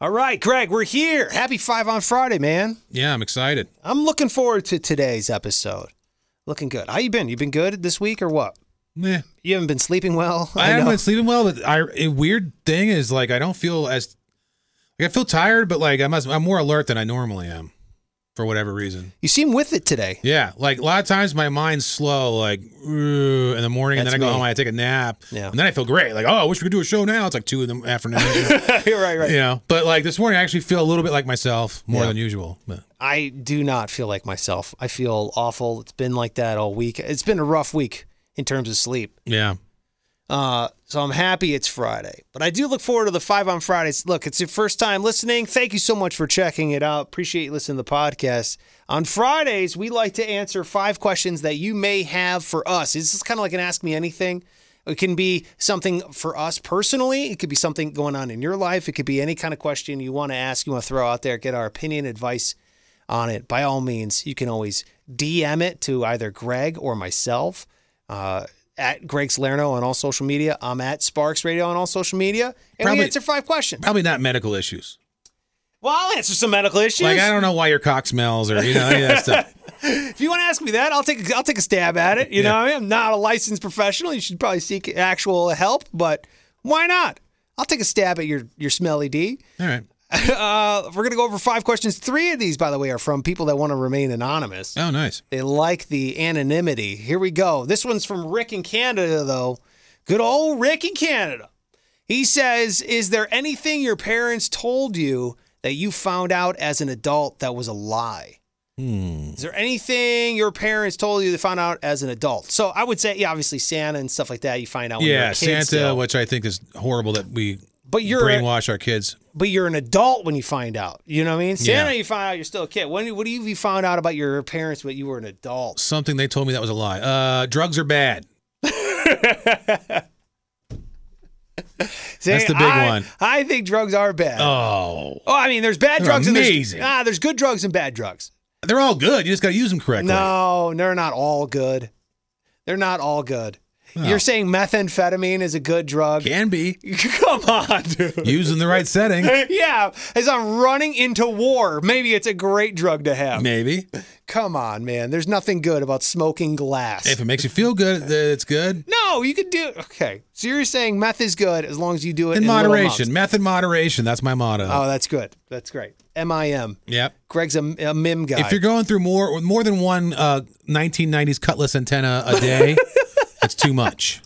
All right, Greg, we're here. Happy Five on Friday, man. Yeah, I'm excited. I'm looking forward to today's episode. Looking good. How you been? You been good this week or what? Meh. You haven't been sleeping well. I, haven't been sleeping well, but I a weird thing is like I don't feel as like I feel tired, but like I'm as, I'm more alert than I normally am for whatever reason. You seem with it today. Yeah, like a lot of times my mind's slow, like "Ooh," in the morning, and That's then I go me. home and I take a nap, Yeah. and then I feel great. Like oh, I wish we could do a show now. It's like two in the afternoon. You're right, right. You know, but like this morning, I actually feel a little bit like myself more Yeah. than usual. But I do not feel like myself. I feel awful. It's been like that all week. It's been a rough week in terms of sleep. yeah, Uh, so I'm happy it's Friday, but I do look forward to the Five on Fridays. Look, it's your first time listening. Thank you so much for checking it out. Appreciate you listening to the podcast. On Fridays, we like to answer five questions that you may have for us. This is kind of like an Ask Me Anything. It can be something for us personally. It could be something going on in your life. It could be any kind of question you want to ask, you want to throw out there, get our opinion, advice on it. By all means, you can always DM it to either Greg or myself uh, at Greg Salerno on all social media. I'm at Sparks Radio on all social media. And Probably- we answer five questions. probably not medical issues. Well, I'll answer some medical issues. Like I don't know why your cock smells or you know any of that stuff. if you want to ask me that, I'll take a, I'll take a stab at it. You know, what I mean? I'm not a licensed professional. You should probably seek actual help, but why not? I'll take a stab at your your smelly D. All right. Uh, we're gonna go over five questions. Three of these, by the way, are from people that want to remain anonymous. Oh, nice. They like the anonymity. Here we go. This one's from Rick in Canada, though. Good old Rick in Canada. He says, Is there anything your parents told you that you found out as an adult that was a lie? Hmm. Is there anything your parents told you they found out as an adult? So I would say, yeah, obviously Santa and stuff like that. You find out when you're yeah, a kid Santa, still. which I think is horrible that we but you're a- brainwash our kids. but you're an adult when you find out. You know what I mean? Santa, Yeah. you find out you're still a kid. When what do you, you found out about your parents when you were an adult? Something they told me that was a lie. Uh, drugs are bad. That's See, the big I- one. I think drugs are bad. Oh, Oh, I mean, there's bad They're drugs amazing. and there's, ah, there's good drugs and bad drugs. they're all good. You just got to use them correctly. No, they're not all good. They're not all good. You're saying methamphetamine is a good drug? Can be Come on, dude. used in the right setting. yeah, as I'm running into war, maybe it's a great drug to have. Maybe Come on, man. There's nothing good about smoking glass. if it makes you feel good, th- it's good. no, you could do. Okay, so you're saying meth is good as long as you do it In in, little moderation, amounts. meth in moderation. That's my motto. Oh, that's good. That's great. M I M. yep. Greg's a, a mim guy. If you're going through more more than one uh, 1990s cutlass antenna a day, that's too much.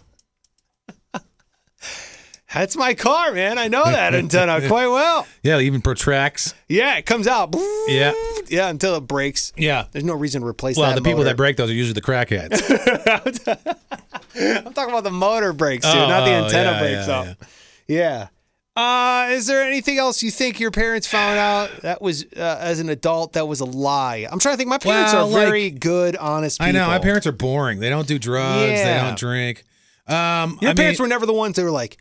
That's my car, man. I know that antenna quite well. Yeah, it even protracts. Yeah, it comes out. Yeah. Yeah, until it breaks. Yeah. There's no reason to replace Well, that. the people motor. that break those are usually the crackheads. I'm talking about the motor breaks, dude, Oh, not the oh, antenna yeah, breaks yeah, off. Yeah. Uh, is there anything else you think your parents found out that was uh, as an adult that was a lie? I'm trying to think. My parents Well, are like- very good, honest people. I know my parents are boring. They don't do drugs. Yeah. They don't drink. Um, Your I parents mean, were never the ones that were like,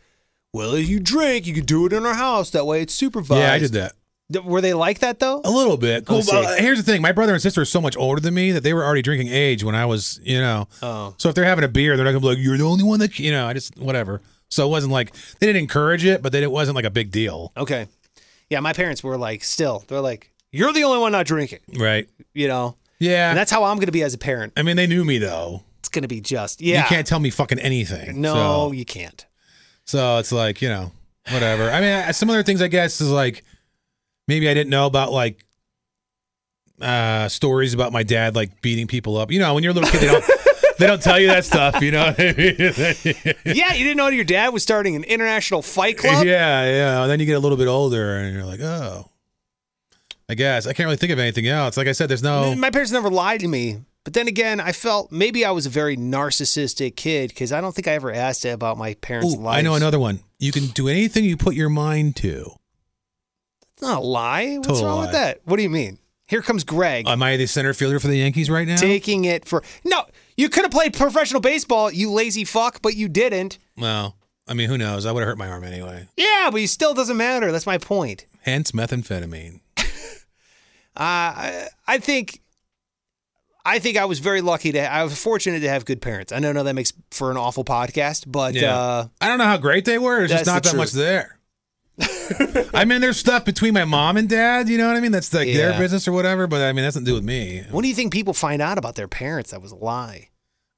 "Well, if you drink, you can do it in our house. That way, it's supervised." Yeah, I did that Oh. Th- Were they like that though? a little bit. Cool. Let's but, see. uh, here's the thing: my brother and sister are so much older than me that they were already drinking age when I was, you know. Oh. So if they're having a beer, they're not gonna be like, "You're the only one that," you know. I just whatever. So it wasn't like they didn't encourage it, but then it wasn't like a big deal, Okay. Yeah, my parents were like, still, they're like, "You're the only one not drinking," right? you know. Yeah. And that's how I'm going to be as a parent. I mean, they knew me though. It's going to be just yeah. You can't tell me fucking anything. No, So, you can't. so it's like you know, whatever. I mean, I, some other things I guess is like maybe I didn't know about like uh stories about my dad like beating people up. You know, when you're a little kid, they don't they don't tell you that stuff. You know. yeah, yeah, you didn't know your dad was starting an international fight club. yeah. And then you get a little bit older, and you're like, oh. I guess I can't really think of anything else. Like I said, there's no. My parents never lied to me. But then again, I felt maybe I was a very narcissistic kid because I don't think I ever asked about my parents' Ooh, lives. I know another one. You can do anything you put your mind to. It's not a lie. What's Total wrong lie. Uh, with that? What do you mean? Here comes Greg Am I the center fielder for the Yankees right now? taking it for no. You could have played professional baseball, you lazy fuck, but you didn't. Well, I mean, who knows? I would have hurt my arm anyway. Yeah, but it still doesn't matter. That's my point. Hence methamphetamine. Uh, I, I think I think I was very lucky to I was fortunate to have good parents. I don't know that makes for an awful podcast, but Yeah. uh, I don't know how great they were. It's just That's not the that much there. I mean, there's stuff between my mom and dad. You know what I mean? That's like Yeah. their business or whatever. But I mean, that's nothing to do with me. When do you think people find out about their parents? That was a lie.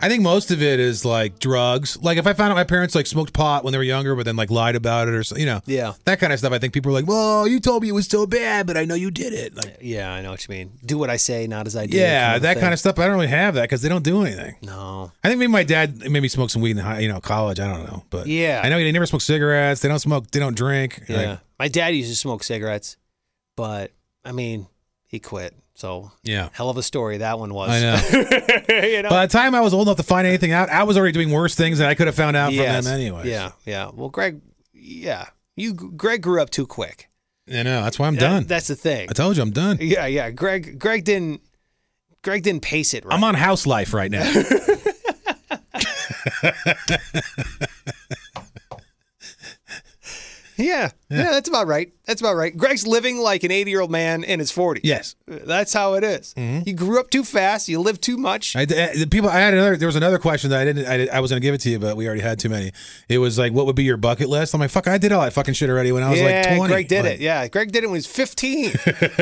I think most of it is like drugs. Like if I found out my parents like smoked pot when they were younger, but then like lied about it or so, you know, Yeah. that kind of stuff. I think people are like, "Well, you told me it was so bad, but I know you did it." Like, Yeah, I know what you mean. Do what I say, not as I do. yeah, that thing. kind of stuff. I don't really have that because they don't do anything. No. I think maybe my dad maybe smoked some weed in high, you know college. I don't know, but Yeah. I know they never smoke cigarettes. They don't smoke. They don't drink. Yeah. Like, My dad used to smoke cigarettes, but I mean, he quit. So yeah. hell of a story that one was. I know. you know? By the time I was old enough to find anything out, I was already doing worse things that I could have found out Yes. from them anyway. Yeah, yeah. Well, Greg, yeah, you Greg grew up too quick. I know. That's why I'm That- done. that's the thing. I told you I'm done. yeah, yeah. Greg, Greg didn't. Greg didn't pace it right. I'm on house life right now. yeah, yeah, That's about right. That's about right. Greg's living like an 80 year old man in his 40s. yes. That's how it is. You grew up too fast. You lived too much. Mm-hmm. I, the people. I had another. There was another question that I didn't. I, did, I was going to give it to you, but we already had too many. It was like, what would be your bucket list? I'm like, fuck, I did all that fucking shit already when I was yeah, like 20. Greg did Like, it. Yeah, Greg did it when he was 15,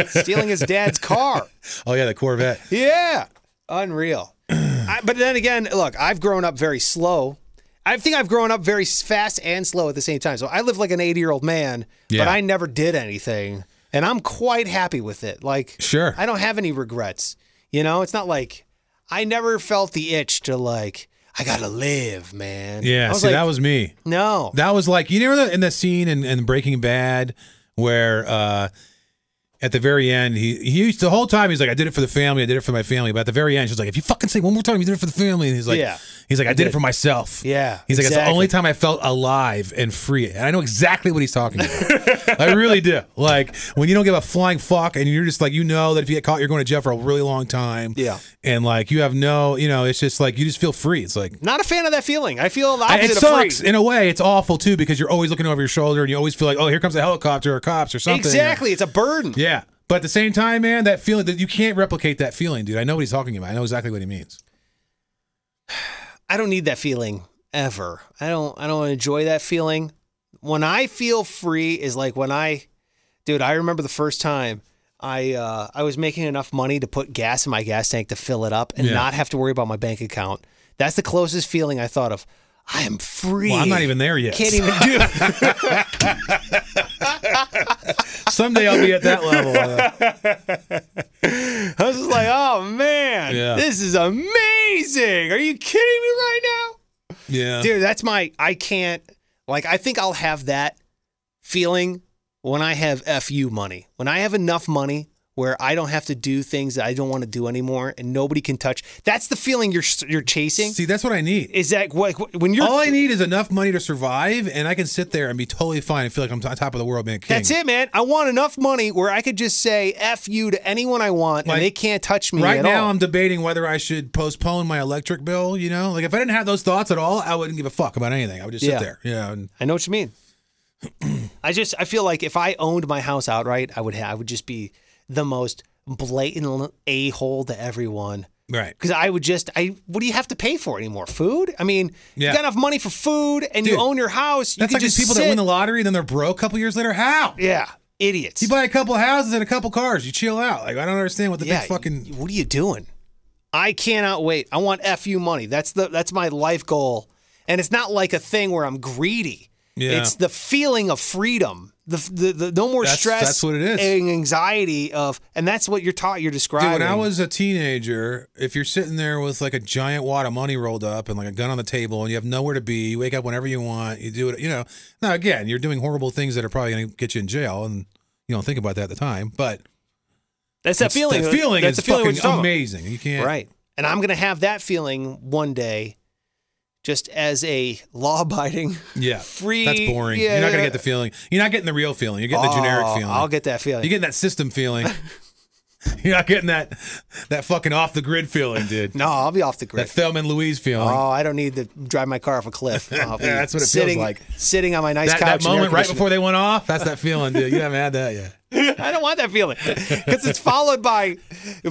stealing his dad's car. Oh yeah, the Corvette. Yeah, unreal. I, but then again, look, I've grown up very slow. I think I've grown up very s- fast and slow at the same time. So I live like an 80 year old man, but Yeah. I never did anything. And I'm quite happy with it. Like, Sure. I don't have any regrets. You know, it's not like I never felt the itch to, like, I gotta live, man. Yeah. I was see, like, that was me. no. That was like you know in the scene in, in Breaking Bad where uh at the very end he he used the whole time he's like I did it for the family I did it for my family but at the very end she's like if you fucking say one more time you did it for the family and he's like Yeah. he's like I, did, it for myself Yeah, he's like it's exactly. the only time I felt alive and free and I know exactly what he's talking about I really do like when you don't give a flying fuck and you're just like you know that if you get caught you're going to jail for a really long time Yeah. and like you have no you know it's just like you just feel free it's like Not a fan of that feeling. I feel the I- opposite it of sucks free. in a way. It's awful too because you're always looking over your shoulder and you always feel like, oh, here comes a helicopter or cops or something. Exactly. It's a burden. Yeah. But at the same time, man, that feeling that you can't replicate that feeling, dude. I know what he's talking about. I know exactly what he means. I don't need that feeling ever. I don't I don't enjoy that feeling. When I feel free is like when I dude, I remember the first time I uh, I was making enough money to put gas in my gas tank to fill it up and Yeah. not have to worry about my bank account. That's the closest feeling I thought of. I am free. Well, I'm not even there yet. Can't even do. Someday I'll be at that level. Uh, I was just like, oh man, Yeah. this is amazing. Are you kidding me right now? yeah. dude that's my i can't like i think i'll have that feeling when i have fu money when i have enough money where i don't have to do things that i don't want to do anymore and nobody can touch that's the feeling you're you're chasing See, that's what I need. is that what when you're All I need is enough money to survive, and I can sit there and be totally fine and feel like I'm on top of the world, man. King. that's it man i want enough money where i could just say f you to anyone i want Like, and they can't touch me Right at now, all I'm debating whether I should postpone my electric bill. You know, like if I didn't have those thoughts at all, I wouldn't give a fuck about anything. I would just Yeah. sit there. Yeah. And i know what you mean i just i feel like if i owned my house outright i would ha- i would just be the most blatant a-hole to everyone right. because I would just I what do you have to pay for anymore? Food? I mean, you Yeah. got enough money for food and you Dude, own your house. You That's can like these just people sit. that win the lottery, then they're broke a couple years later. How? yeah idiots. You buy a couple houses and a couple cars. You chill out. Like I don't understand what the yeah, big fucking. What are you doing? I cannot wait. I want fu money. That's the that's my life goal, and it's not like a thing where I'm greedy. Yeah. It's the feeling of freedom. The, the, the no more That's- stress. that's what it is. And anxiety of, and that's what you're taught. You're describing. Dude, when I was a teenager, if you're sitting there with like a giant wad of money rolled up and like a gun on the table, and you have nowhere to be, you wake up whenever you want. You do it. You know. Now again, you're doing horrible things that are probably going to get you in jail, and you don't think about that at the time. But that's that it's- feeling. that feeling that's is the feeling what fucking you're talking about. amazing. You can't. Right. And I'm going to have that feeling one day just as a law abiding. Yeah. Free- That's boring. yeah, you're not going yeah. to get the feeling. You're not getting the real feeling. You're getting the generic feeling. I'll get that feeling. You're getting that system feeling. You're not getting that that fucking off the grid feeling, dude. no, I'll be off the That grid. Thelma and Louise feeling. Oh, I don't need to drive my car off a cliff. I'll be Yeah, that's what it feels sitting, like. Sitting on my nice that, couch. that in air moment right conditioning. before they went off. That's that feeling, dude. You haven't had that yet. I don't want that feeling because it's followed by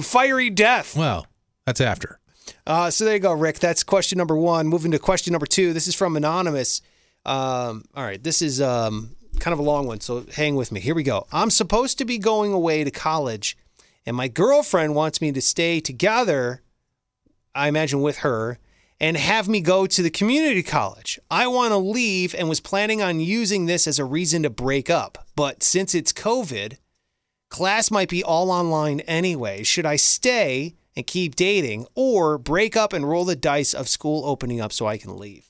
fiery death. Well, that's after. Uh, so there you go, Rick. That's question number one. Moving to question number two. This is from anonymous. Um, all right, this is um, kind of a long one, so hang with me. Here we go. I'm supposed to be going away to college, and my girlfriend wants me to stay together, I imagine with her, and have me go to the community college. I want to leave and was planning on using this as a reason to break up, but since it's COVID, class might be all online anyway. Should I stay and keep dating or break up and roll the dice of school opening up so I can leave?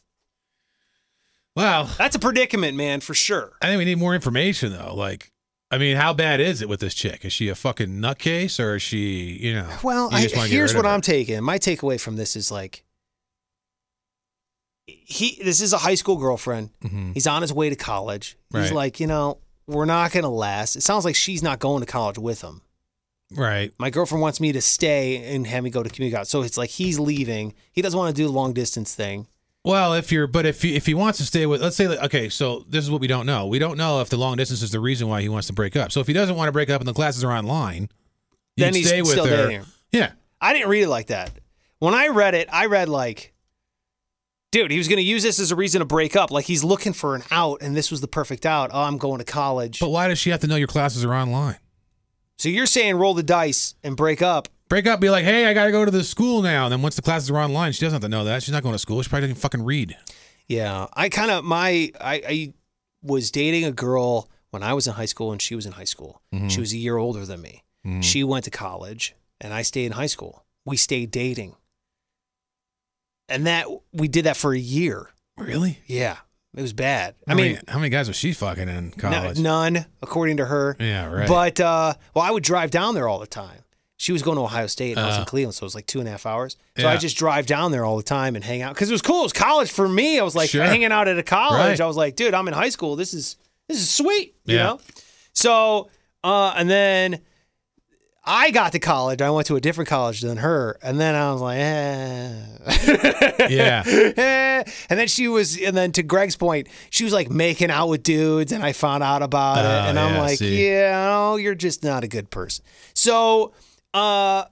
Wow. That's a predicament, man, for sure. I think we need more information though. Like, I mean, how bad is it with this chick? Is she a fucking nutcase or is she, you know? Well, you I, just wanna get here's rid of what her? I'm taking. My takeaway from this is like he this is a high school girlfriend. Mhm. He's on his way to college. He's Right. like, you know, we're not going to last. It sounds like she's not going to college with him. Right. My girlfriend wants me to stay and have me go to community college. So it's like he's leaving. He doesn't want to do the long distance thing. Well, if you're, but if he, if he wants to stay with, let's say, like, okay, so this is what we don't know. We don't know if the long distance is the reason why he wants to break up. So if he doesn't want to break up and the classes are online, you Then can he's stay with still her. dating her. Yeah. I didn't read it like that. When I read it, I read like, dude, he was going to use this as a reason to break up. Like he's looking for an out, and this was the perfect out. Oh, I'm going to college. But why does she have to know your classes are online? so you're saying roll the dice and break up? Break up, be like, hey, I got to go to the school now. And then once the classes are online, she doesn't have to know that. She's not going to school. She probably doesn't fucking read. Yeah, I kind of my I, I was dating a girl when I was in high school and she was in high school. She was a year older than me. Mm-hmm. She went to college and I stayed in high school. We stayed dating, and that we did that for a year. Really? Yeah, it was bad. I How mean, many- how many guys was she fucking in No- college? none, according to her. Yeah, right. But uh, well, I would drive down there all the time. She was going to Ohio State, and I was in Uh. Cleveland, so it was like two and a half hours. So I Yeah. just drive down there all the time and hang out because it was cool. It was college for me. I was like Sure. hanging out at a college. Right. I was like, dude, I'm in high school. This is this is sweet. You Yeah. know. So uh, and then I got to college. I went to a different college than her, and then I was like, eh. Yeah. Eh. and then she was, and then to Greg's point, she was like making out with dudes, and I found out about it, Oh, and I'm yeah, like, see. yeah, oh, you're just not a good person. So, uh,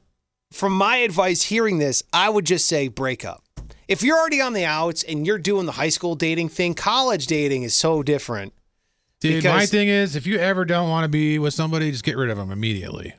from my advice, hearing this, I would just say break up. If you're already on the outs and you're doing the high school dating thing, college dating is so different. Dude, my Because- thing is, if you ever don't want to be with somebody, just get rid of them immediately.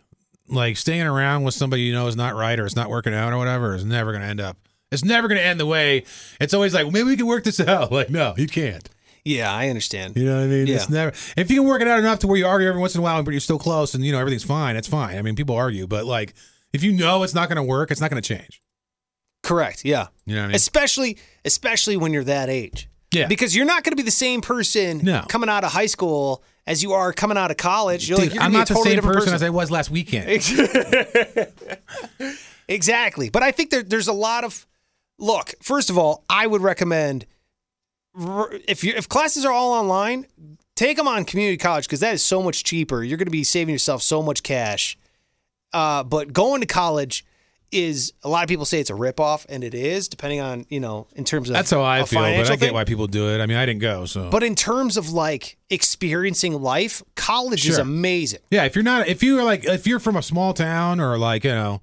Like staying around with somebody you know is not right, or it's not working out, or whatever, is never going to end up. It's never going to end the way. It's always like, maybe we can work this out. Like, no, you can't. Yeah, I understand. You know what I mean? It's Yeah. never. If you can work it out enough to where you argue every once in a while, but you're still close, and you know everything's fine, that's fine. I mean, people argue, but like, if you know it's not going to work, it's not going to change. Correct. Yeah. You know what I mean? especially especially when you're that age. yeah. Because you're not going to be the same person No. coming out of high school as you are coming out of college. You're Dude, like, you're I'm gonna not be a totally the same different person as I was last weekend. exactly. But I think there, there's a lot of look. First of all, I would recommend r- if you if classes are all online, take them on community college because that is so much cheaper. You're going to be saving yourself so much cash. Uh, but going to college is a lot of people say it's a ripoff, and it is, depending on you know in terms of That's how I a feel, but financial I get thing. why people do it. I mean, I didn't go, so. But in terms of like experiencing life, college is Sure. amazing. Yeah, if you're not, if you're like, if you're from a small town or like, you know,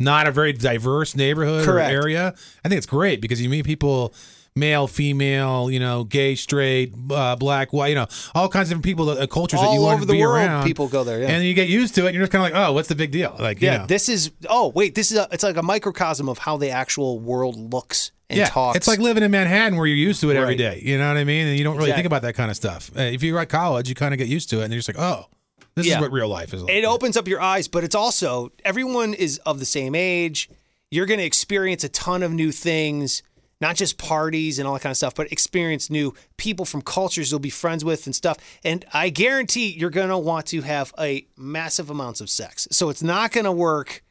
not a very diverse neighborhood Correct. or area, I think it's great because you meet people, male, female, you know, gay, straight, uh, black, white, you know, all kinds of different people, uh, cultures that you All want over to the be world, around. people go there. Yeah. And you get used to it, and you're just kind of like, oh, what's the big deal? Like, Yeah, you know, this is. Oh, wait, this is. A, it's like a microcosm of how the actual world looks and yeah, talks. it's like living in Manhattan where you're used to it every Right. day. You know what I mean? And you don't really Exactly. think about that kind of stuff. Uh, if you're at college, you kind of get used to it, and you're just like, oh, this Yeah. is what real life is like. it opens up your eyes, but it's also everyone is of the same age. You're going to experience a ton of new things, not just parties and all that kind of stuff, but experience new people from cultures you'll be friends with and stuff. And I guarantee you're going to want to have a massive amounts of sex. So it's not going to work.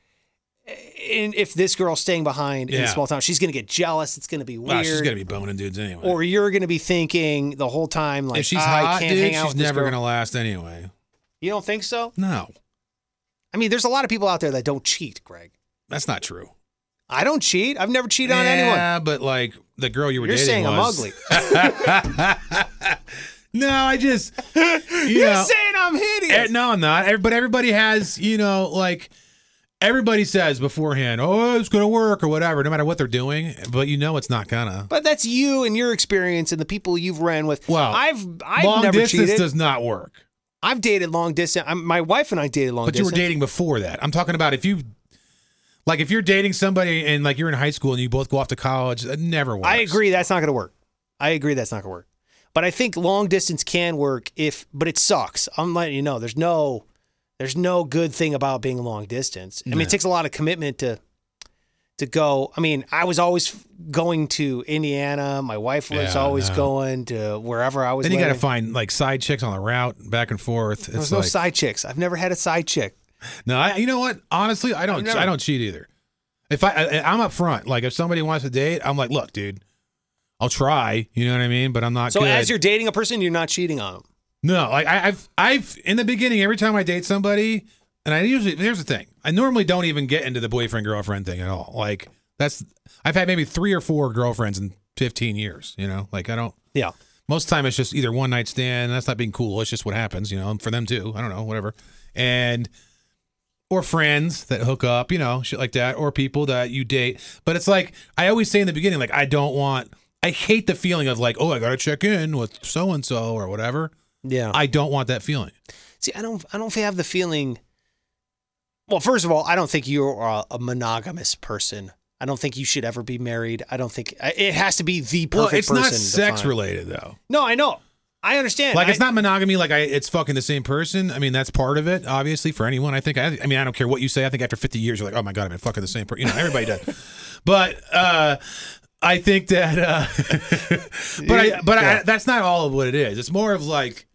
In, if this girl's staying behind in a Yeah. small town, she's going to get jealous. It's going to be weird. Wow, she's gonna be boning dudes anyway. or you're going to be thinking the whole time like "Ah, if she's I hot, can't dude, hang out she's with this never girl." going to last anyway. You don't think so? No, I mean, there's a lot of people out there that don't cheat, Greg. that's not true. I don't cheat. I've never cheated on anyone. Yeah, but like the girl you were You're dating saying I'm was- ugly. no, I just you You're know, saying I'm eh, hideous. no, I'm not. Every- But everybody has you know like everybody says beforehand, oh, it's going to work or whatever, no matter what they're doing, but you know it's not gonna. But that's you and your experience and the people you've ran with. Well, I've I've Long never distance cheated. does not work. I've dated long distance. I'm, my wife and I dated long But you were distance. dating before that. I'm talking about if you, like, if you're dating somebody and like you're in high school and you both go off to college, that never works. I agree that's not going to work. I agree that's not going to work. But I think long distance can work if but it sucks. I'm letting you know there's no there's no good thing about being long distance. I mean No. it takes a lot of commitment to to go. I mean, I was always going to Indiana. My wife was Yeah, always no. going to wherever I was Then you got to living. find like side chicks on the route back and forth. There was It's no like, side chicks. I've never had a side chick. no, I, you know what? Honestly, I don't. I've never- I don't cheat either. If I, I, I'm up front. Like if somebody wants to date, I'm like, look, dude, I'll try. You know what I mean? But I'm not. So good. as you're dating a person, you're not cheating on them. No, like I, I've I've in the beginning every time I date somebody, and I usually here's the thing I normally don't even get into the boyfriend girlfriend thing at all. Like that's I've had maybe three or four girlfriends in 15 years. You know, like I don't Yeah. most of the time it's just either one night stand. That's not being cool. It's just what happens. You know, and for them too. I don't know, whatever, and or friends that hook up. You know, shit like that, or people that you date. But it's like I always say in the beginning, like I don't want. I hate the feeling of like, oh, I gotta check in with so and so or whatever. Yeah. I don't want that feeling. See, I don't, I don't have the feeling. Well, first of all, I don't think you're a, a monogamous person. I don't think you should ever be married. I don't think I- it has to be the perfect Well, it's person. not to sex find. related though. No, I know. I understand. Like it's I- not monogamy. Like I, it's fucking the same person. I mean, that's part of it, obviously, for anyone. I think. I, I mean, I don't care what you say. I think after 50 years, you're like, oh my god, I've been fucking the same person. You know, everybody does. But uh, I think that. Uh, but I, but Yeah. I, that's not all of what it is. It's more of like.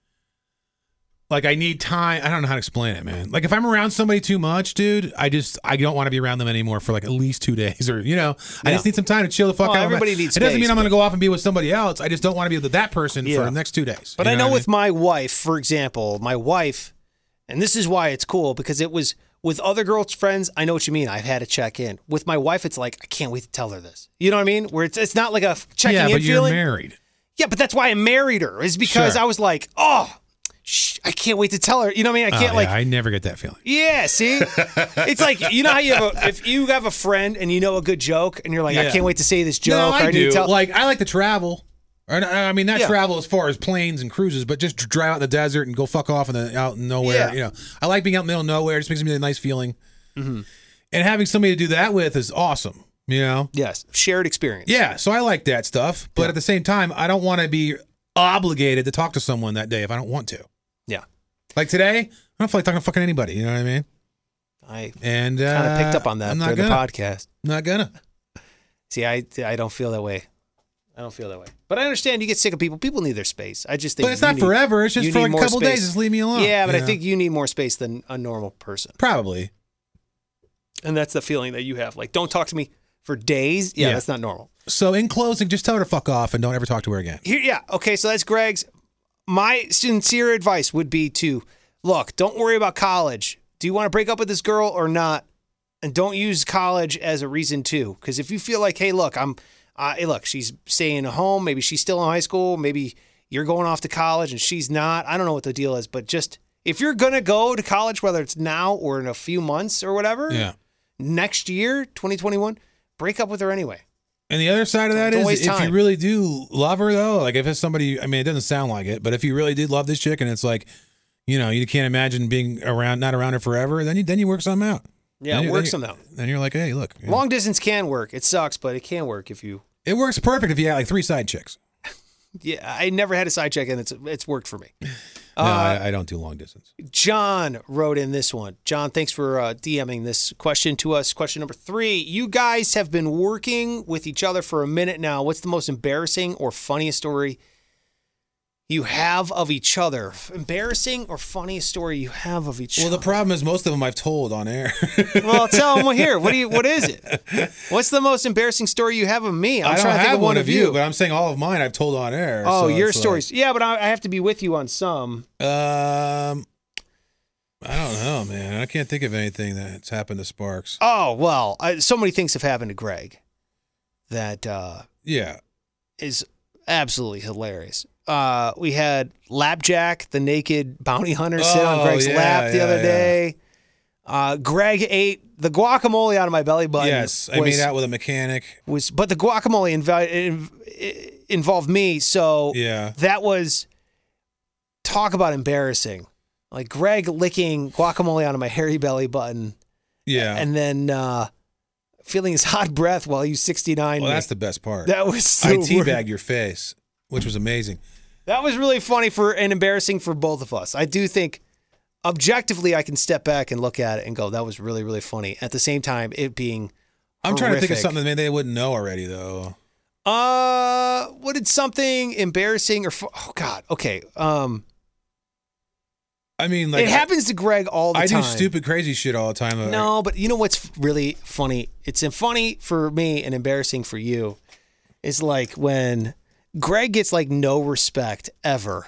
Like I need time. I don't know how to explain it, man. Like if I'm around somebody too much, dude, I just I don't want to be around them anymore for like at least two days, or you know, I Yeah. just need some time to chill the fuck Well, out. everybody needs It doesn't mean space, I'm going to go off and be with somebody else. I just don't want to be with that person Yeah. for the next two days. But I You know, what with my wife, for example, my wife, and this is why it's cool because it was with other girls' friends. I know what you mean. I've had to check in with my wife. It's like I can't wait to tell her this. You know what I mean? Where it's it's not like a f- mean? checking yeah, in but you're feeling. married. Yeah, but that's why I married her is because Sure. I was like, oh, sh- I can't wait to tell her. You know what I mean? I Oh, can't yeah, like. I never get that feeling. yeah, see, it's like you know how you have a if you have a friend and you know a good joke and you're like, I Yeah. can't wait to say this joke. no, or I need to do. tell-" Like I like to travel. Or, no, I mean, not Yeah. travel as far as planes and cruises, but just drive out in the desert and go fuck off in the out in nowhere. Yeah. You know, I like being out in the middle of nowhere. It just makes me a nice feeling. Mm-hmm. And having somebody to do that with is awesome. You know. yes, shared experience. Yeah, so I like that stuff, but at the same time, I don't want to be obligated to talk to someone that day if I don't want to. Yeah. Like today, I don't feel like talking to fucking anybody. You know what I mean? I And uh, kind of picked up on that I'm through not the gonna. podcast. not gonna. See, I I don't feel that way. I don't feel that way. But I understand you get sick of people. People need their space. I just think But it's you not need- forever. It's you just for need like a more couple space. days. Just leave me alone. Yeah, but you I know? think you need more space than a normal person. probably. And that's the feeling that you have. Like, don't talk to me for days. Yeah, Yeah. that's not normal. So in closing, just tell her to fuck off and don't ever talk to her again. Here, yeah. Okay, so that's Greg's. My sincere advice would be to look, don't worry about college. Do you want to break up with this girl or not? And don't use college as a reason to. Because if you feel like, hey, look, I'm, uh, hey, look, she's staying home. Maybe she's still in high school. Maybe you're going off to college and she's not. I don't know what the deal is, but just if you're gonna go to college, whether it's now or in a few months or whatever, Yeah. next year, 2021, break up with her anyway. And the other side of that Don't is, waste if time. you really do love her though, like if it's somebody, I mean, it doesn't sound like it, but if you really did love this chick and it's like, you know, you can't imagine being around, not around her forever, then you then you work something out. Yeah, Then you- work then some you- out. Then you're like, hey, look, you know, Long distance can work. It sucks, but it can work if you it works perfect if you had like three side chicks. Yeah, I never had a side check, and it's it's worked for me. No, Uh, I, I don't do long distance. John wrote in this one. John, thanks for uh, DMing this question to us. Question number three: You guys have been working with each other for a minute now. What's the most embarrassing or funniest story you have of each other? Embarrassing or funniest story you have of each Well, the other? problem is most of them I've told on air. well, tell him here. What do you? What is it? What's the most embarrassing story you have of me? I'm I don't trying to think have of one of you. but I'm saying all of mine I've told on air. oh, so your it's like- stories. yeah, but I, I have to be with you on some. Um, I don't know, man. I can't think of anything that's happened to Sparks. Oh well, I, so many things have happened to Greg that uh, Yeah, is absolutely hilarious. Uh, we had Lapjack, the naked bounty hunter, sit on Oh, Greg's yeah, lap the yeah, other yeah. day. Uh, Greg ate the guacamole out of my belly button. Yes, I was, made out with a mechanic. was but the guacamole invi- in- involved me, so Yeah. that was talk about embarrassing. Like Greg licking guacamole out of my hairy belly button, Yeah. and then uh, feeling his hot breath while you sixty nine. well, that's the best part. that was so I weird. teabagged your face, which was amazing. That was really funny for and embarrassing for both of us. I do think objectively I can step back and look at it and go, that was really, really funny. At the same time, it being I'm trying to think of Horrific. something that maybe they wouldn't know already, though. uh what did something embarrassing or fu- oh god, okay. Um I mean, like it happens to Greg all the I, I time. do stupid, crazy shit all the time. like- No, but you know what's really funny? It's funny for me and embarrassing for you. Is like when Greg gets like no respect ever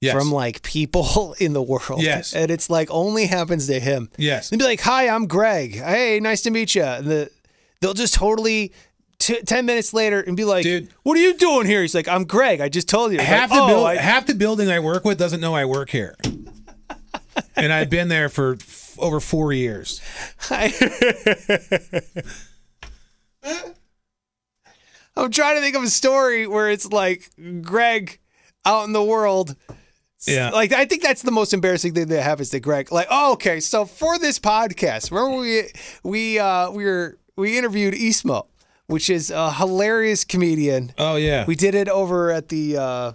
yes. from like people in the world. Yes. And it's like only happens to him. yes. They'd be like, "Hi, I'm Greg. Hey, nice to meet you." The they'll just totally t- ten minutes later and be like, Dude. what are you doing here?" He's like, "I'm Greg. I just told you." It's half like, the "Oh, buil- I- half the building I work with doesn't know I work here, and I've been there for f- over four years. I- I'm trying to think of a story where it's like Greg out in the world. Yeah. Like I think that's the most embarrassing thing that happens to Greg. Like, oh, okay, so for this podcast, remember we we uh we were we interviewed Ismo, which is a hilarious comedian. Oh yeah. We did it over at the. Uh,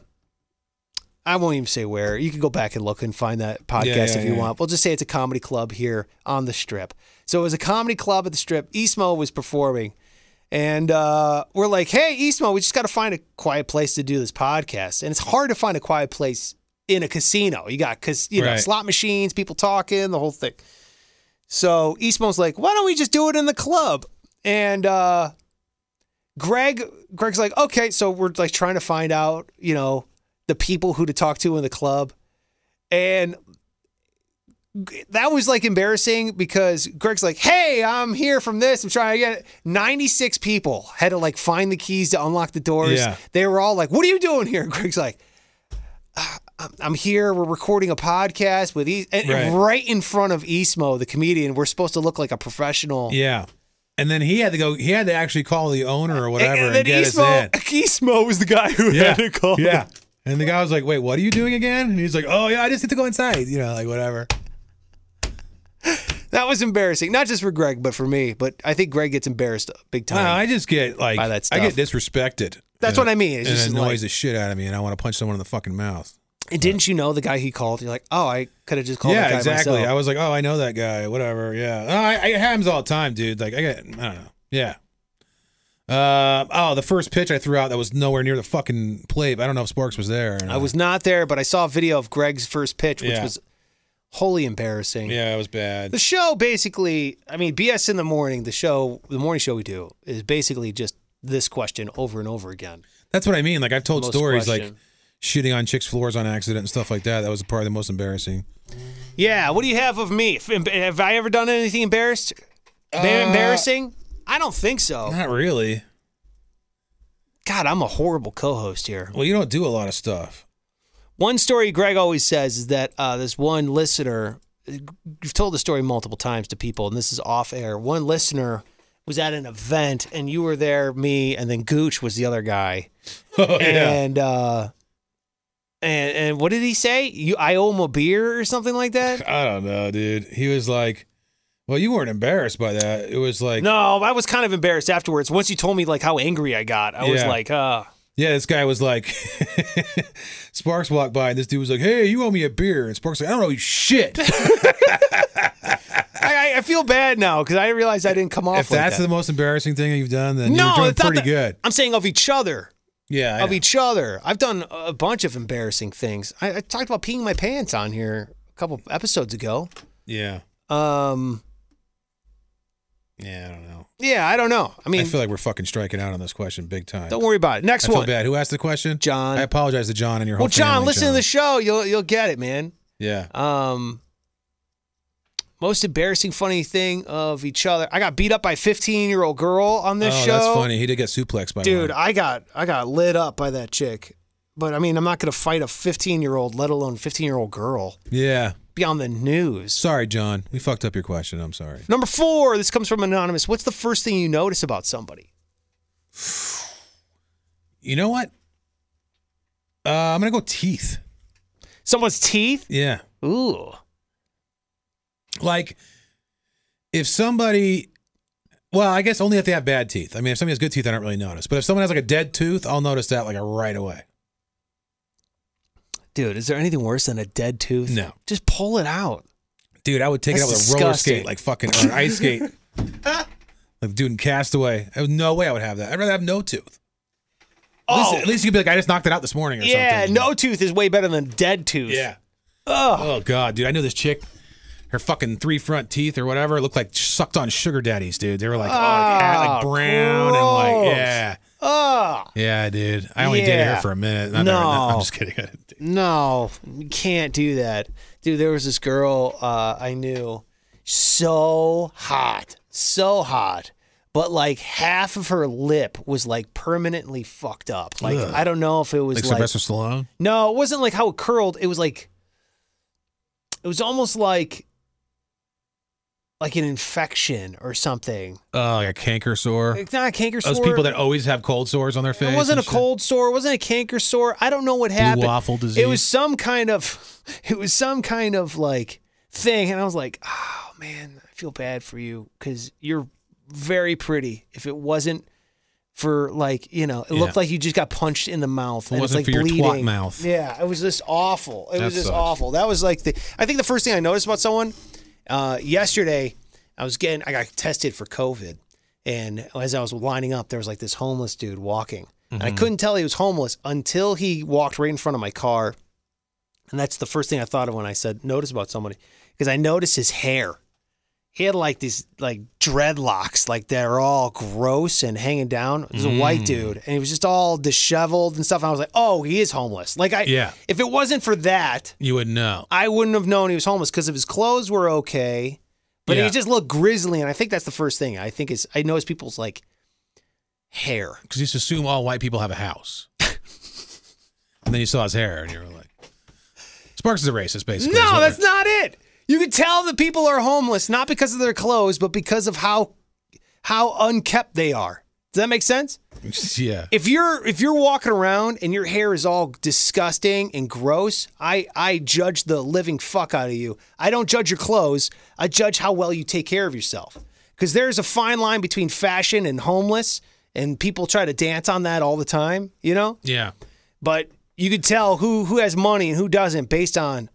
I won't even say where. You can go back and look and find that podcast Yeah, yeah, if you yeah. want. We'll just say it's a comedy club here on the Strip. So it was a comedy club at the Strip. Eastmo was performing, and uh, we're like, "Hey, Eastmo, we just got to find a quiet place to do this podcast." And it's hard to find a quiet place in a casino. You got because you know Right. slot machines, people talking, the whole thing. So Eastmo's like, "Why don't we just do it in the club?" And uh, Greg, Greg's like, okay, so we're like trying to find out, you know, the people who to talk to in the club, and g- that was like embarrassing because Greg's like, hey, I'm here from this. I'm trying to get it. 96 people had to like find the keys to unlock the doors. Yeah. They were all like, what are you doing here? Greg's like. "Ah, I'm- I'm here. We're recording a podcast with e- and Right. right. in front of Ismo, the comedian. We're supposed to look like a professional. yeah. And then he had to go. He had to actually call the owner or And, whatever and and, then get Ismo, us Ismo was the guy who in. had to call. Yeah. And the guy was like, "Wait, what are you doing again?" And he's like, "Oh yeah, I just need to go inside." You know, like whatever. That was embarrassing, not just for Greg, but for me. But I think Greg gets embarrassed big No, time. I just get like By that I get stuff. disrespected. That's And- what I mean. It's and just it annoys like- the shit out of me, and I want to punch someone in the fucking mouth. and didn't you know the guy he called? You're like, oh, I could have just called. that yeah, guy exactly. I Myself. was like, oh, I know that guy. Whatever. Yeah. Oh, I, I, it happens all the time, dude. Like I get, I don't know. Yeah. Uh, oh, the first pitch I threw out that was nowhere near the fucking plate. but I don't know if Sparks was there. or I not. was not there, but I saw a video of Greg's first pitch, which Yeah. was wholly embarrassing. Yeah, it was bad. The show basically, I mean, BS in the morning. The show, the morning show we do is basically just this question over and over again. That's what I mean. Like I've told Most stories like question. shitting on chicks' floors on accident and stuff like that. That was probably the most embarrassing. Yeah, what do you have of me? If- Have I ever done anything embarrassed? Uh, embarrassing? I don't think so. Not really. God, I'm a horrible co-host here. Well, you don't do a lot of stuff. One story Greg always says is that uh, this one listener, you've told the story multiple times to people, and this is off air. One listener was at an event, and you were there, me, and then Gooch was the other guy. Oh And, uh, and and what did he say? You, I owe him a beer or something like that? I don't know, dude. He was like, "Well, you weren't embarrassed by that." It was like, No, I was kind of embarrassed afterwards. Once you told me like how angry I got, I was Yeah. like, uh, Yeah, this guy was like, Sparks walked by and this dude was like, "Hey, you owe me a beer." And Sparks like, "I don't owe you shit." I, I- I feel bad now because I realized I didn't come off if like that's that. the most embarrassing thing you've done, then no, you're doing it's not pretty that- good. I'm saying of each other. Yeah, I of know. each other. I've done a bunch of embarrassing things. I, I talked about peeing my pants on here a couple episodes ago. yeah, Um, yeah. I don't know. yeah, I don't know. I I, mean, feel like we're fucking striking out on this question big time. don't worry about it. I Next feel one, bad. Who asked the question? John. I apologize to John and your whole well, John, family, listen to the show. You'll you'll get it, man. yeah, Um, most embarrassing funny thing of each other. I got beat up by 15 year old girl on this oh, show. that's funny. He did get suplexed by Dude, One. I got I got lit up by that chick. But I mean, I'm not gonna fight a 15 year old, let alone 15 year old girl. Yeah, be on the news. Sorry, John. We fucked up your question. I'm sorry. Number four, this comes from Anonymous. What's the first thing you notice about somebody? You know what? Uh, I'm gonna go teeth. Someone's teeth? Yeah. Ooh. Like, if somebody, well, I guess only if they have bad teeth. I mean, if somebody has good teeth, I don't really notice. But if someone has like a dead tooth, I'll notice that like right away. Dude, is there anything worse than a dead tooth? No. Just pull it out. Dude, I would take That's it out with a roller disgusting. skate, like fucking or an ice skate. Like dude in Castaway. I, no way I would have that. I'd rather have no tooth. At least, Oh. at least you'd be like, I just knocked it out this morning or Yeah, something. no tooth is way better than dead tooth. Yeah. Ugh. Oh god, dude, I knew this chick. Her fucking three front teeth or whatever looked like sucked on sugar daddies, dude. They were like, oh, like, ah, like Oh, brown and gross. like, yeah, Ugh. yeah, dude. I only dated Yeah. her for a minute. I No. never- I'm just kidding. I didn't date- No, you can't do that. Dude, there was this girl uh, I knew, so hot, so hot, but like half of her lip was like permanently fucked up. Like, Ugh. I don't know if it was Like, like, Sylvester Stallone. no, it wasn't like how it curled. It was like, it was almost like, like an infection or something. Oh, like a canker sore. It's not a canker sore. Those people that always have cold sores on their face. it wasn't a and shit. cold sore. It wasn't a canker sore. I don't know what blue happened. waffle disease. It was some kind of, it was some kind of like thing, and I was like, oh man, I feel bad for you because you're very pretty. If it wasn't for like you know, it looked Yeah. like you just got punched in the mouth. If it and wasn't it's for like your bleeding. twat mouth. Yeah, it was just awful. It That was just sucks. awful. That was like the. I think the first thing I noticed about someone uh, yesterday, I was getting, I got tested for COVID, and as I was lining up, there was like this homeless dude walking, and Mm-hmm. I couldn't tell he was homeless until he walked right in front of my car, and that's the first thing I thought of when I said notice about somebody because I noticed his hair. He had like these like dreadlocks, like they're all gross and hanging down. It was a Mm. white dude, and he was just all disheveled and stuff. And I was like, "Oh, he is homeless." Like I, Yeah. If it wasn't for that, You would know. I wouldn't have known he was homeless because if his clothes were okay, but Yeah. he just looked grizzly. And I think that's the first thing I think is I notice people's like hair. because you just assume all white people have a house. and then you saw his hair, and you were like, "Sparks is a racist, basically." is what No, that's we're- not it. You can tell the people are homeless not because of their clothes, but because of how how unkept they are. Does that make sense? yeah. If you're if you're walking around and your hair is all disgusting and gross, I I judge the living fuck out of you. I don't judge your clothes. I judge how well you take care of yourself. Cuz there's a fine line between fashion and homeless and people try to dance on that all the time, you know? Yeah. but you could tell who who has money and who doesn't based on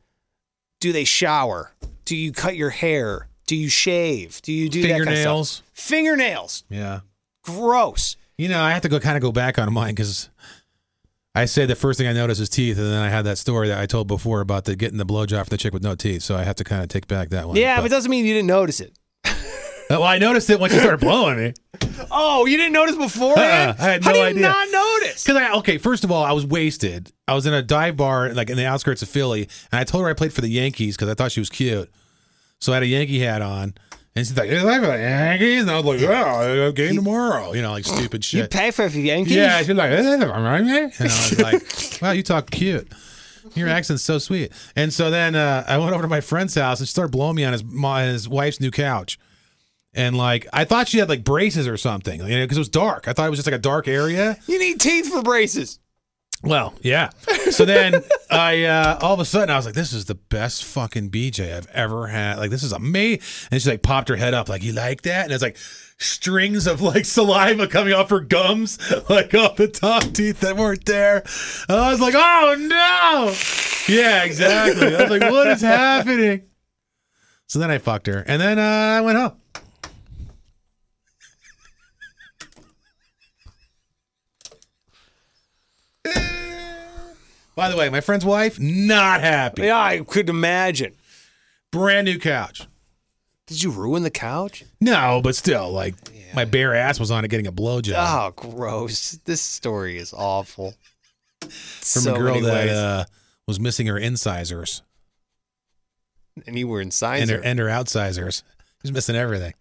do they shower? Do you cut your hair? Do you shave? Do you do that kind of stuff? Fingernails. Fingernails. Yeah. Gross. You know, I have to go kind of go back on mine because I said the first thing I noticed is teeth, and then I had that story that I told before about the getting the blowjob from the chick with no teeth. So I have to kind of take back that one. Yeah, but it doesn't mean you didn't notice it. well, I noticed it once you started blowing me. Oh, you didn't notice beforehand? Uh-uh, I had How no did idea. you not notice? Because I okay, first of all, I was wasted. I was in a dive bar like in the outskirts of Philly, and I told her I played for the Yankees because I thought she was cute. So I had a Yankee hat on, and she's like, "Is that for the Yankees?" And I was like, "Yeah, game tomorrow." You know, like stupid You shit. pay for a Yankees? Yeah, she's like, "Is that for my Yankees?" and I was like, "Wow, you talk cute." Your accent's so sweet. And so then uh, I went over to my friend's house and she started blowing me on his my, his wife's new couch. And like I thought she had like braces or something, you know, because it was dark. I thought it was just like a dark area. You need teeth for braces. Well, yeah. So then I uh, all of a sudden I was like, "This is the best fucking BJ I've ever had. Like, this is amazing." And she like popped her head up, like, "You like that?" And it's like strings of like saliva coming off her gums, like off the top teeth that weren't there. And I was like, "Oh no!" Yeah, exactly. I was like, "What is happening?" So then I fucked her, and then uh, I went home. By the way, my friend's wife not happy. Yeah, I could imagine. Brand new couch. Did you ruin the couch? No, but still, like my bare ass was on it getting a blowjob Oh, gross. This story is awful. from so a girl many that ways. uh, was missing her incisors and you were in and science. her, and her outsizers. She's missing everything.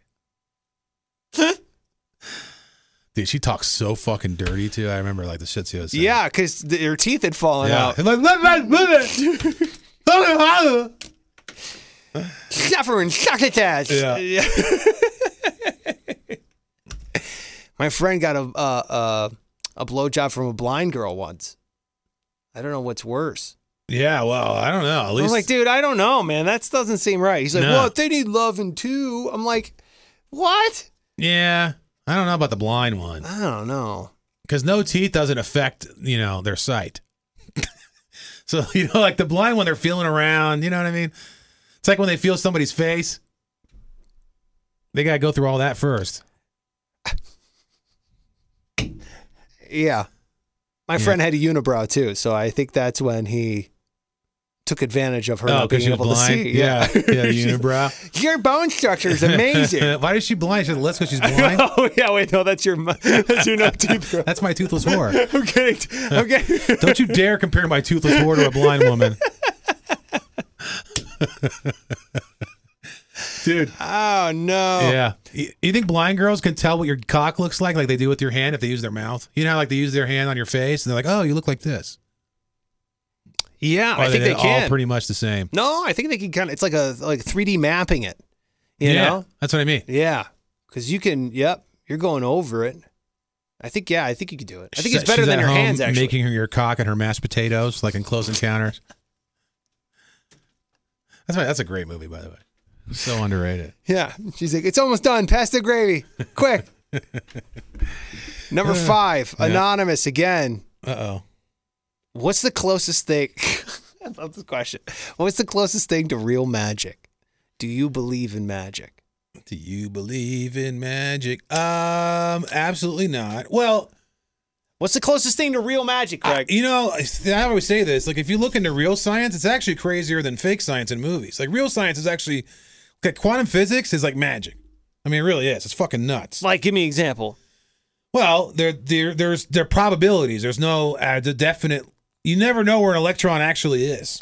Dude, she talks so fucking dirty too. I remember like the shit she was saying. Yeah, because your teeth had fallen yeah. out. Like, "Let- let- let it." Suffering succotash. Yeah. My friend got a a, a a blowjob from a blind girl once. I don't know what's worse. Yeah, well, I don't know. At I least was like, dude, I don't know, man. That doesn't seem right. He's like, No. well, if they need loving too. I'm like, what? yeah, I don't know about the blind one I don't know. because no teeth doesn't affect you know their sight. so you know, like the blind one, they're feeling around. You know what I mean? It's like when they feel somebody's face. They gotta go through all that first. Yeah. My friend had a unibrow too, so I think that's when he took advantage of her Oh, not being because you're able to blind. see. yeah, yeah, She's- unibrow. Your bone structure is amazing. Why is she blind? She's less because she's blind. oh yeah, wait, no, that's your mu- that's your no teeth. bro. That's my toothless whore. I'm kidding. I'm kidding. Don't you dare compare my toothless whore to a blind woman. Dude, Oh no. yeah. You, you think blind girls can tell what your cock looks like, like they do with your hand if they use their mouth? You know, how, like they use their hand on your face, and they're like, "Oh, you look like this." Yeah, I Or think they, they're all can. pretty much the same. no, I think they can kind of. It's like a like 3D mapping it. You yeah, know? that's what I mean. Yeah, because you can. Yep, you're going over it. I think. Yeah, I think you could do it. I think She's- it's better she's than at her home hands actually. Making her your cock and her mashed potatoes, like in Close Encounters. That's right. That's a great movie, by the way. So underrated. Yeah, she's like, it's almost done. Pass the gravy, quick. Number five, Yeah. anonymous again. Uh oh. What's the closest thing? I love this question. What's the closest thing to real magic? Do you believe in magic? Do you believe in magic? Um, absolutely not. Well, What's the closest thing to real magic, Greg? you know, I always say this. Like, if you look into real science, it's actually crazier than fake science in movies. Like, real science is actually like quantum physics is like magic. I mean, it really is. It's fucking nuts. like, give me an example. Well, there, there, there's there are probabilities. There's no uh, the definite. You never know where an electron actually is.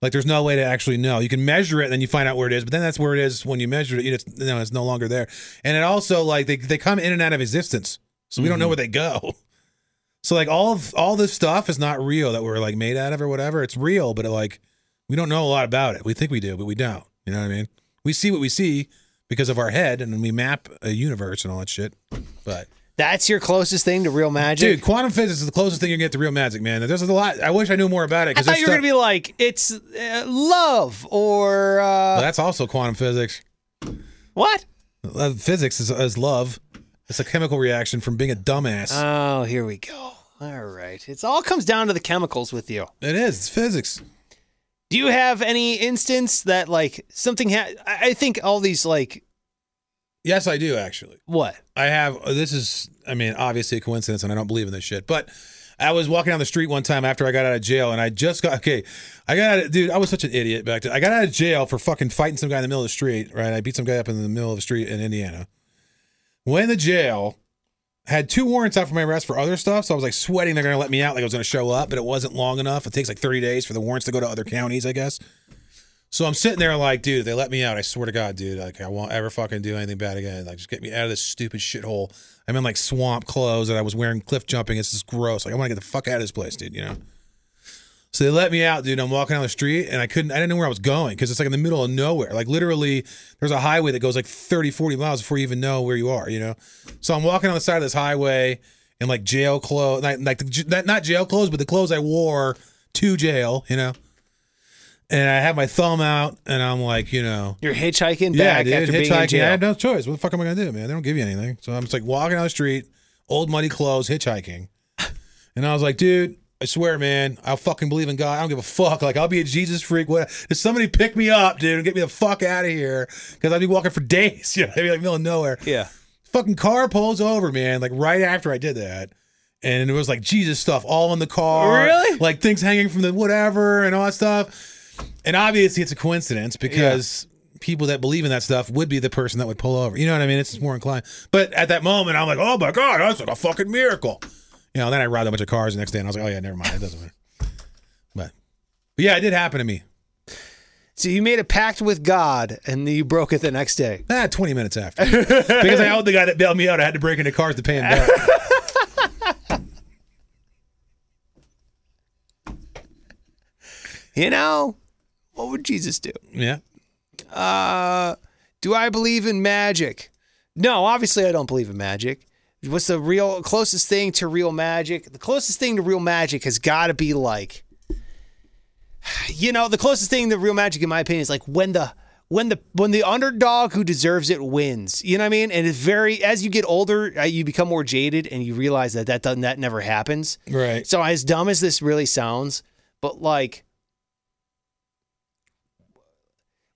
Like, there's no way to actually know. You can measure it, and then you find out where it is. But then that's where it is when you measure it. It's, no, it's no longer there. And it also like they they come in and out of existence, so we don't know where they go. So like all of, all this stuff is not real that we're like made out of or whatever. It's real, but like we don't know a lot about it. We think we do, but we don't. You know what I mean? We see what we see because of our head, and we map a universe and all that shit. But That's your closest thing to real magic. dude, quantum physics is the closest thing you get to real magic, man. There's a lot. I wish I knew more about it. I thought you were gonna be like, it's uh, love or uh, that's also quantum physics. what? Uh, physics is, is love. It's a chemical reaction from being a dumbass. Oh, here we go. All right, it's all comes down to the chemicals with you. it is. It's physics. Do you have any instance that like something? Ha- I I think all these like Yes, I do actually. what? I have uh, this is I mean obviously a coincidence and I don't believe in this shit but I was walking down the street one time after I got out of jail and I just got okay I got out of, dude I was such an idiot back then I got out of jail for fucking fighting some guy in the middle of the street right I beat some guy up in the middle of the street in Indiana went in the jail had two warrants out for my arrest for other stuff so I was like sweating they're gonna let me out like I was gonna show up but it wasn't long enough it takes like 30 days for the warrants to go to other counties I guess so I'm sitting there like, dude, if they let me out. I swear to God, dude, like I won't ever fucking do anything bad again. Like just get me out of this stupid shithole. I'm in like swamp clothes and I was wearing cliff jumping. It's just gross. Like I want to get the fuck out of this place, dude. You know. So they let me out, dude. I'm walking down the street and I couldn't, I didn't know where I was going because it's like in the middle of nowhere. Like literally, there's a highway that goes like 30, 40 miles before you even know where you are, you know? So I'm walking on the side of this highway in like jail clothes, like, like the, j- not, not jail clothes, but the clothes I wore to jail, you know? And I have my thumb out and I'm like, you know, You're hitchhiking yeah, back dude, after being in hitchhiking. I jail. had no choice. What the fuck am I gonna do, man? They don't give you anything. So I'm just like walking down the street, old muddy clothes, hitchhiking. And I was like, dude, I swear, man, I fucking believe in God. I don't give a fuck. Like I'll be a Jesus freak. What? If somebody pick me up, dude, and get me the fuck out of here, because I'd be walking for days. You know, I'd be like middle of nowhere Yeah. fucking car pulls over, man, like right after I did that. And it was like Jesus stuff all in the car. Really? Like things hanging from the whatever and all that stuff. And obviously it's a coincidence because people that believe in that stuff would be the person that would pull over. You know what I mean? It's just more inclined. But at that moment, I'm like, oh my God, that's like a fucking miracle. You know, then I robbed a bunch of cars the next day and I was like, oh yeah, never mind. It doesn't matter. But, but yeah, it did happen to me. So you made a pact with God and then you broke it the next day. Ah, 20 minutes after. because I owed the guy that bailed me out. I had to break into cars to pay him back. You know, What would Jesus do? Yeah. Uh, do I believe in magic? No, obviously I don't believe in magic. What's the real closest thing to real magic? The closest thing to real magic has got to be like, you know, the closest thing to real magic, in my opinion, is like when the when the when the underdog who deserves it wins. You know what I mean? And it's very as you get older, uh, you become more jaded, and you realize that that doesn't that never happens. Right. So as dumb as this really sounds, but like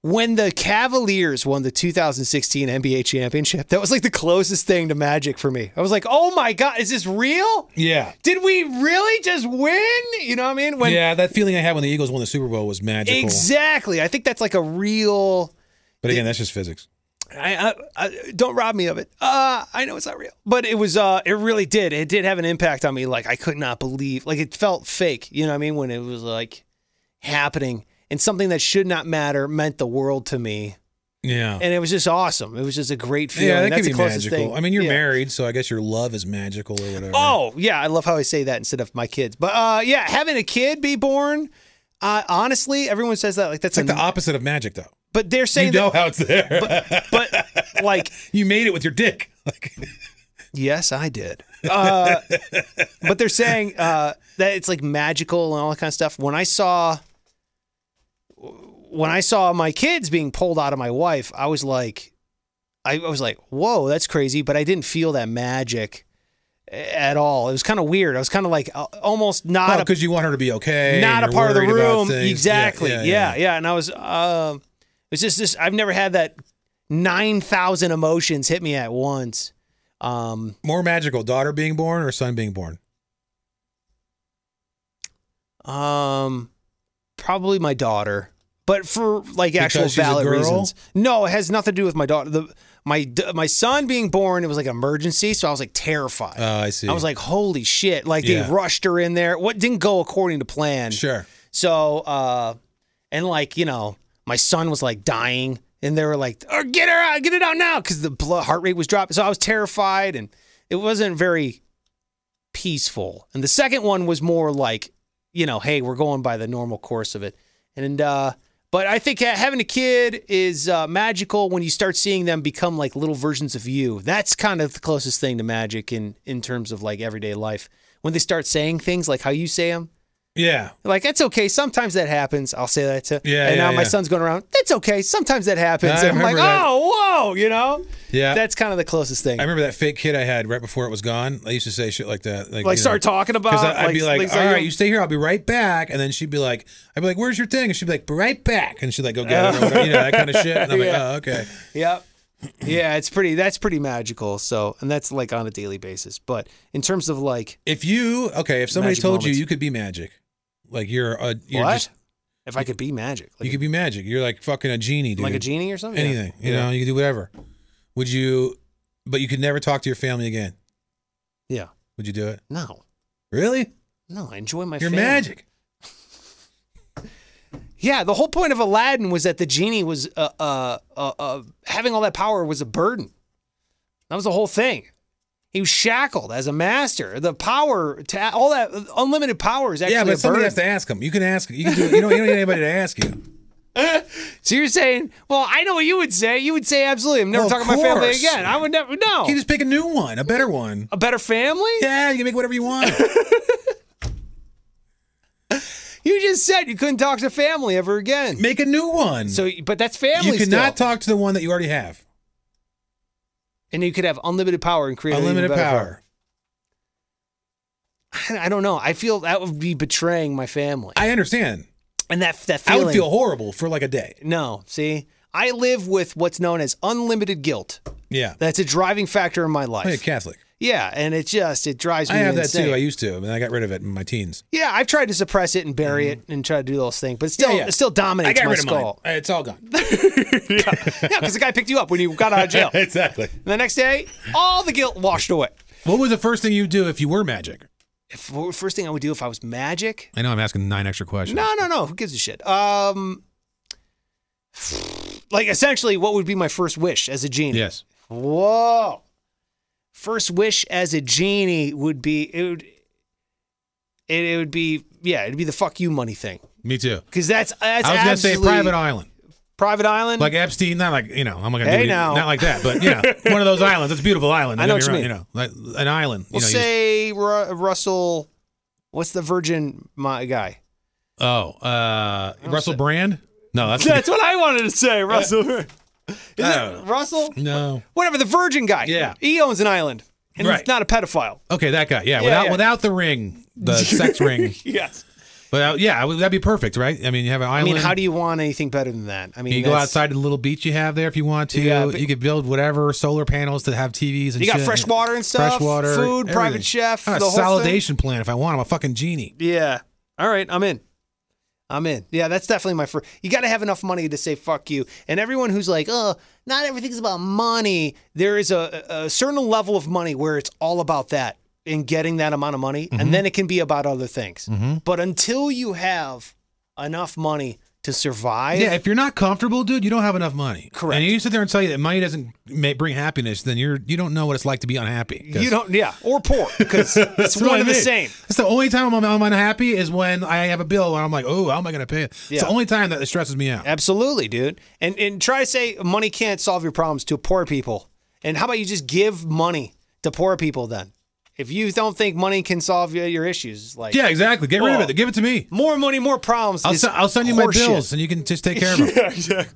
when the Cavaliers won the 2016 NBA championship, that was like the closest thing to magic for me. I was like, "Oh my god, is this real? Yeah. Did we really just win?" You know what I mean? When yeah, that feeling I had when the Eagles won the Super Bowl was magical. Exactly. I think that's like a real But again, that's just physics. I, I, I don't rob me of it. Uh, I know it's not real, but it was. Uh, it really did. It did have an impact on me. Like I could not believe. Like it felt fake. You know what I mean? When it was like happening and something that should not matter meant the world to me, Yeah. and it was just awesome. It was just a great feeling. yeah, that That's can be the closest magical. thing. I mean, you're Yeah. married, so I guess your love is magical or whatever. Oh yeah, I love how I say that instead of my kids. But uh, yeah, having a kid be born. Uh, honestly, everyone says that like that's it's like a, the opposite of magic, though. but they're You saying know how it's there. that, but like you made it with your dick. Like, Yes, I did. Uh, but they're saying uh, that it's like magical and all that kind of stuff. When I saw, when I saw my kids being pulled out of my wife, I was like, I, I was like, whoa, that's crazy. But I didn't feel that magic a- at all. It was kind of weird. I was kind of like uh, almost not a because you want her to be okay. not a and Oh, you're part of the worried about room. things. Yeah, Exactly. yeah, Yeah yeah, yeah. And I was, um, it's just this. I've never had that nine thousand emotions hit me at once. Um, More magical, daughter being born or son being born? Um, probably my daughter, but for like actual Because she's a valid girl? reasons. No, it has nothing to do with my daughter. The my d- my son being born, it was like an emergency, so I was like terrified. Uh, I see. I was like, holy shit! Like Yeah. they rushed her in there. What didn't go according to plan. sure. So, uh, and like you know, my son was like dying, and they were like, "Oh, get her out, get it out now," because the blood heart rate was dropping. So I was terrified, and it wasn't very peaceful. And the second one was more like, you know, hey, we're going by the normal course of it, and uh. But I think ha- having a kid is uh, magical when you start seeing them become like little versions of you. That's kind of the closest thing to magic in in terms of like everyday life. When they start saying things like how you say them, Yeah. like that's okay. Sometimes that happens. I'll say that to. Yeah, And yeah, now my yeah. son's going around. That's okay. Sometimes that happens. I and I'm like, remember that. oh, whoa, you know. Yeah. That's kind of the closest thing. I remember that fake kid I had right before it was gone. I used to say shit like that. like Like, you know, start talking about. Because I'd be like, all right, you- you stay here. I'll be right back. And then she'd be like, I'd be like, where's your thing? And she'd be like, be right back. And she'd like, go get it. Or whatever, you know, that kind of shit. And I'm Oh. Yeah. like, oh, okay. Yep. yeah, it's pretty. That's pretty magical. So, and that's like on a daily basis. But in terms of like, If you, okay, if somebody Magic told moments. you you could be magic, like you're a, you're what? just, if I could be magic, like, you could be magic. You're like fucking a genie, dude. like a genie or something. Yeah. Anything. You Yeah. know, you could do whatever. Would you, but you could never talk to your family again. Yeah. Would you do it? No. Really? No, I enjoy my. You're family. magic. Yeah, the whole point of Aladdin was that the genie was uh, uh, uh, uh, having all that power was a burden. That was the whole thing. He was shackled as a master. The power to all that unlimited power is actually Yeah, a but somebody burden. has to ask them. You can ask. You can do. You don't. You don't need anybody to ask you. so you're saying, well, I know what you would say. You would say absolutely. I'm never Well, of talking about family course. again. I would never. No, You can just pick a new one, a better one. a better family. Yeah, you can make whatever you want. You just said you couldn't talk to family ever again. Make a new one. So, but that's family. you cannot still. talk to the one that you already have. and you could have unlimited power and create an even Unlimited better power. I don't know. I feel that would be betraying my family, I understand. and that that I feeling. would feel horrible for like a day. No, see, I live with what's known as unlimited guilt. Yeah. That's a driving factor in my I'm a life. Catholic. Yeah, and it just it drives I me have that insane. too. I used to, and I got rid of it in my teens. yeah, I've tried to suppress it and bury it and try to do those things, but it still Yeah, yeah. it still I dominates got my rid skull. of mine. It's all gone. yeah, because the guy picked you up when you got out of jail. and exactly. the next day, all the guilt washed away. What was the first thing you'd do if you were magic? If, what- first thing I would do if I was magic? I know I'm asking nine extra questions. No, no, no. Who gives a shit? Um, like essentially, what would be my first wish as a genie? Yes. Whoa. First wish as a genie would be it would, it, it would be yeah, it'd be the fuck you money thing Me too. because that's that's I was gonna say absolutely- private island, private island. like Epstein. Not like you know, I'm not gonna Hey, do it, now. not like that, but you know, one of those islands. It's a beautiful island. I don't know get what me you wrong, you know, like an island. we'll you know, you say Ru- Russell, what's the Virgin my guy? just- oh, uh, Russell say- Brand. No, that's That's what I wanted to say, Russell. Is Uh, it Russell? no. Whatever the Virgin guy. Yeah. he owns an island, and Right. he's not a pedophile. Okay, that guy. Yeah, Yeah, without yeah. without the ring, the sex ring. Yes. But uh, yeah, I would- that'd be perfect, right? I mean, you have an I island. mean, how do you want anything better than that? I mean, you go that's- outside to the little beach you have there if you want to. Yeah, but- you could build whatever solar panels to have TVs and You got shit. fresh water and stuff, Fresh water, food, everything. private chef, I have a the whole salivation plan if I want. I'm a fucking genie. thing. Yeah. All right, I'm in. I'm in. Yeah, that's definitely my first. You got to have enough money to say fuck you. And everyone who's like, oh, not everything's about money. There is a, a certain level of money where it's all about that and getting that amount of money, Mm-hmm. and then it can be about other things. But until you have enough money to survive, Yeah, if you're not comfortable, dude, you don't have enough money. Correct. And you sit there and tell you that money doesn't ma- bring happiness, then you're you don't know what it's like to be unhappy. 'Cause you don't. Yeah, or poor because it's that's what one I and the mean. same. That's the only time I'm, I'm unhappy is when I have a bill and I'm like, oh, how am I going to pay it? It's Yeah. the only time that it stresses me out. Absolutely, dude. And and try to say money can't solve your problems to poor people. And how about you just give money to poor people then? If you don't think money can solve your, your issues, like Yeah, exactly. Get rid of Well, it. Give it to me. more money, more problems. I'll, is se- I'll send you my horseshit. bills and you can just take care of them. Yeah, exactly.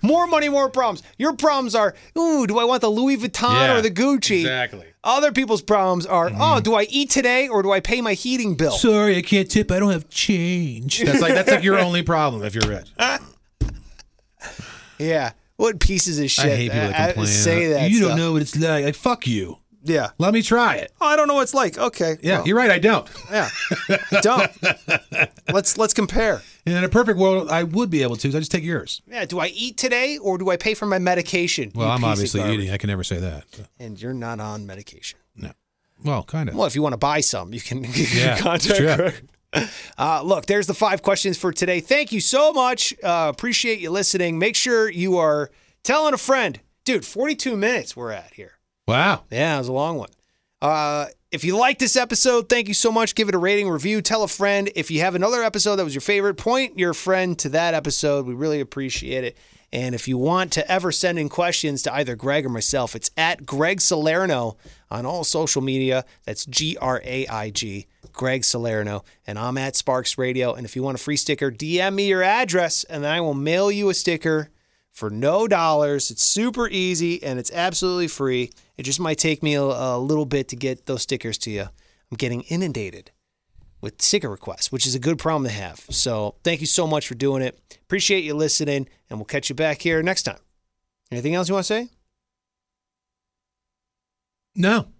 More money, more problems. Your problems are, ooh, do I want the Louis Vuitton Yeah, Mm-hmm. or the Gucci? exactly. Other people's problems are, oh, do I eat today or do I pay my heating bill? Sorry, I can't tip. I don't have change. That's like that's like your only problem if you're rich. I yeah. What pieces of shit? hate people that complain. say that. you stuff. don't know what it's like. Like fuck you. Yeah. Let me try it. Oh, I don't know what it's like. Okay. Yeah, well. you're right. I don't. Yeah, I don't. let's let's compare. And in a perfect world, I would be able to. So I just take yours. Yeah, do I eat today or do I pay for my medication? Well, you I'm piece of obviously garbage? eating. I can never say that. And you're not on medication. Well, kind of. Well, if you want to buy some, you can Yeah, contact sure. her. Uh, look, there's the five questions for today. Thank you so much. Uh, appreciate you listening. Make sure you are telling a friend. Dude, 42 minutes we're at here. Wow. Yeah, it was a long one. Uh, if you like this episode, thank you so much. Give it a rating, review, tell a friend. If you have another episode that was your favorite, point your friend to that episode. We really appreciate it. And if you want to ever send in questions to either Greg or myself, it's at Greg Salerno on all social media. That's G R A I G, Greg Salerno. And I'm at Sparks Radio. And if you want a free sticker, DM me your address and I will mail you a sticker for no dollars. It's super easy and it's absolutely free. It just might take me a, a little bit to get those stickers to you. I'm getting inundated with sticker requests, which is a good problem to have. So thank you so much for doing it. Appreciate you listening, and we'll catch you back here next time. Anything else you want to say? No.